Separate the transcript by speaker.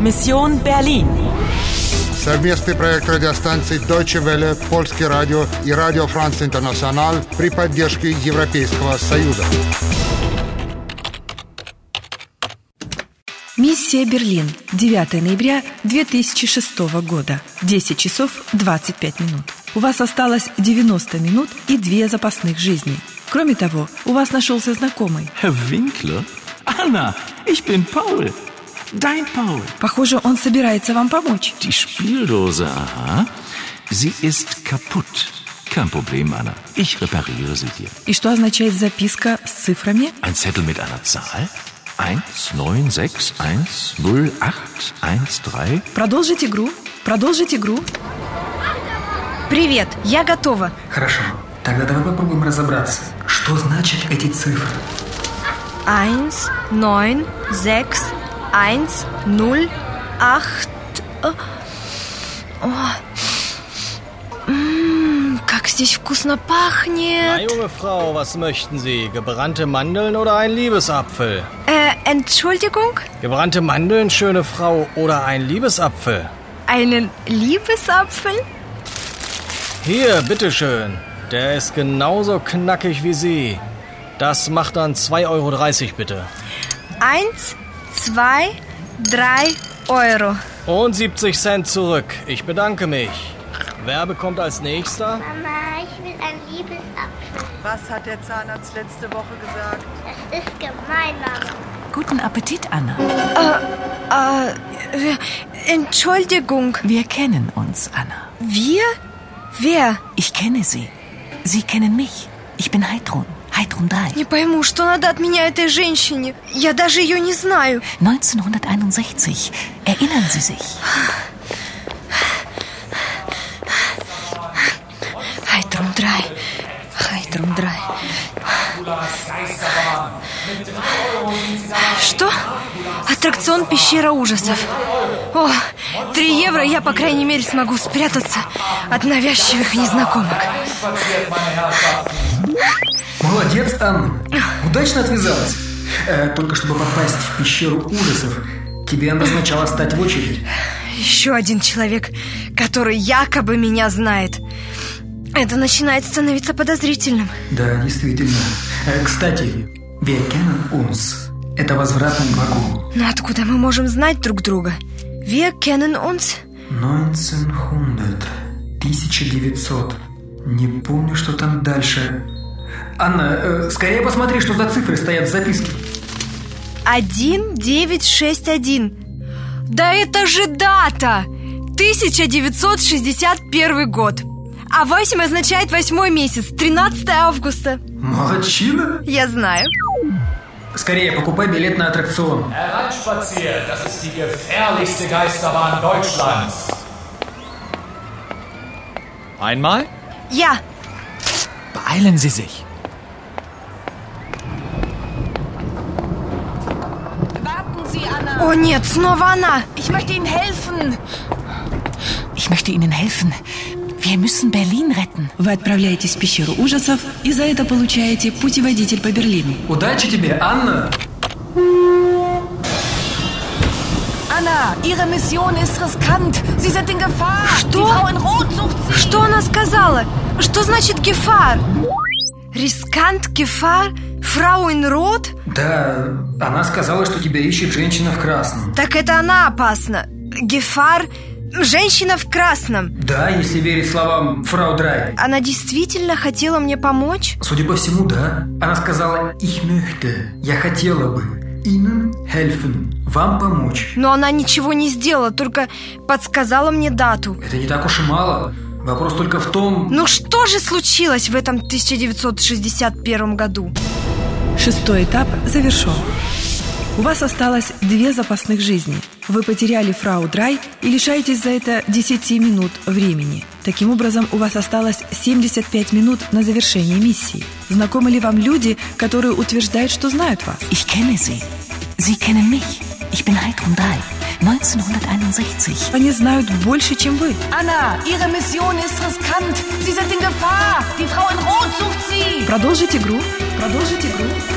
Speaker 1: Mission Berlin.
Speaker 2: Совместный проект радиостанций Deutsche Welle, Польский радио и Радио Франц Интернационал при поддержке Европейского Союза.
Speaker 3: Миссия Берлин. 9 ноября 2006 года. 10 часов 25 минут. У вас осталось 90 минут и две запасных жизни. Кроме того, у вас нашелся знакомый.
Speaker 4: Herr Winkler? Anna, ich bin Paul. Dein Paul.
Speaker 3: Pохоже, он собирается вам помочь.
Speaker 4: Die Spieldose, aha. Sie ist kaputt. Kein Problem, Anna. Ich repariere sie dir.
Speaker 3: И что означает записка с цифрами?
Speaker 4: Ein Zettel mit einer Zahl? 19610813.
Speaker 3: Продолжить игру. Продолжить игру.
Speaker 5: Привет, я готова.
Speaker 6: Хорошо, тогда давай попробуем разобраться, что значат эти цифры.
Speaker 5: 1, 9, 6, 1, 0, 8. О. М, Oh. Mm, Как здесь вкусно
Speaker 7: Na,
Speaker 5: пахнет.
Speaker 7: junge Frau, was möchten Sie? Gebrannte Mandeln oder ein Liebesapfel?
Speaker 5: Э, Entschuldigung,
Speaker 7: Gebrannte Mandeln, schöne Frau, oder ein Liebesapfel?
Speaker 5: einen Liebesapfel?
Speaker 7: Hier, bitteschön. Der ist genauso knackig wie Sie. Das macht dann 2,30 Euro bitte.
Speaker 5: Eins, zwei, drei Euro.
Speaker 7: Und 70 Cent zurück. Ich bedanke mich. Wer bekommt als nächster?
Speaker 8: Mama, ich will ein Liebesapfel.
Speaker 9: Was hat der Zahnarzt letzte Woche gesagt?
Speaker 8: Das ist gemein, Mama.
Speaker 10: Guten Appetit, Anna.
Speaker 5: Äh, äh, Entschuldigung,
Speaker 10: Wir kennen uns, Anna.
Speaker 5: wir? Wer?
Speaker 10: Ich kenne Sie. Sie kennen mich. Ich bin Heidrun. Heidrun 3.
Speaker 5: Не пойму, что надо от меня этой женщине. Я даже ее не знаю.
Speaker 10: 1961. Erinnern Sie sich?
Speaker 5: Хайтрум драй. Хайтрум драй. Что? Аттракцион «Пещера ужасов». О, три евро я, по крайней мере, смогу спрятаться от навязчивых незнакомок.
Speaker 6: Молодец, Анна. Удачно отвязалась. Э, только чтобы попасть в пещеру ужасов, тебе надо сначала стать в очередь.
Speaker 5: Еще один человек, который якобы меня знает. Это начинает становиться подозрительным.
Speaker 6: Да, действительно. Э, кстати, wir kennen uns. Это возвратный глагол.
Speaker 5: Но откуда мы можем знать друг друга? Wir kennen uns.
Speaker 6: 1900. 1900. Не помню, что там дальше. Анна, э, скорее посмотри, что за цифры стоят в записке.
Speaker 5: 1961. Да это же дата! 1961 год. А 8 означает восьмой месяц, 13 августа.
Speaker 6: Молодчина!
Speaker 5: Я знаю.
Speaker 6: Скорее покупай билет на аттракцион.
Speaker 11: Hereinspaziert, das ist die gefährlichste Geisterbahn Deutschlands.
Speaker 7: Einmal?
Speaker 5: Я.
Speaker 11: Beeilen Sie sich.
Speaker 10: Warten Sie, Anna.
Speaker 5: О нет, снова она.
Speaker 10: Ich möchte Ihnen helfen. Ich möchte Ihnen helfen. Wir müssen Berlin retten.
Speaker 3: Вы отправляетесь в пещеру ужасов и за это получаете путеводитель по Берлину.
Speaker 6: Удачи тебе, Анна!
Speaker 10: Anna, Ihre Mission ist riskant. Sie sind in Gefahr.
Speaker 5: Что? Что она сказала? Что значит гефар? Рискант, гефар, фрауенрот?
Speaker 6: Да, она сказала, что тебя ищет женщина в красном.
Speaker 5: Так это она опасна. Гефар, женщина в красном.
Speaker 6: Да, если верить словам фрау Драй.
Speaker 5: Она действительно хотела мне помочь?
Speaker 6: Судя по всему, да. Она сказала «Ich möchte». Я хотела бы. Ihnen helfen. Вам помочь.
Speaker 5: Но она ничего не сделала, только подсказала мне дату.
Speaker 6: Это не так уж и мало. Вопрос только в том...
Speaker 5: Ну что же случилось в этом 1961 году?
Speaker 3: Шестой этап завершен. У вас осталось две запасных жизни. Вы потеряли фрау Драй и лишаетесь за это 10 минут времени. Таким образом, у вас осталось 75 минут на завершение миссии. Знакомы ли вам люди, которые утверждают, что знают вас?
Speaker 10: Ich kenne Sie. Sie kennen mich. Ich bin Heidrun 3. 1961.
Speaker 3: Они знают больше, чем вы.
Speaker 10: Anna, Ihre Mission ist riskant. Sie sind in Gefahr. Die Frau in Rot sucht Sie.
Speaker 3: Продолжить игру. Продолжить игру.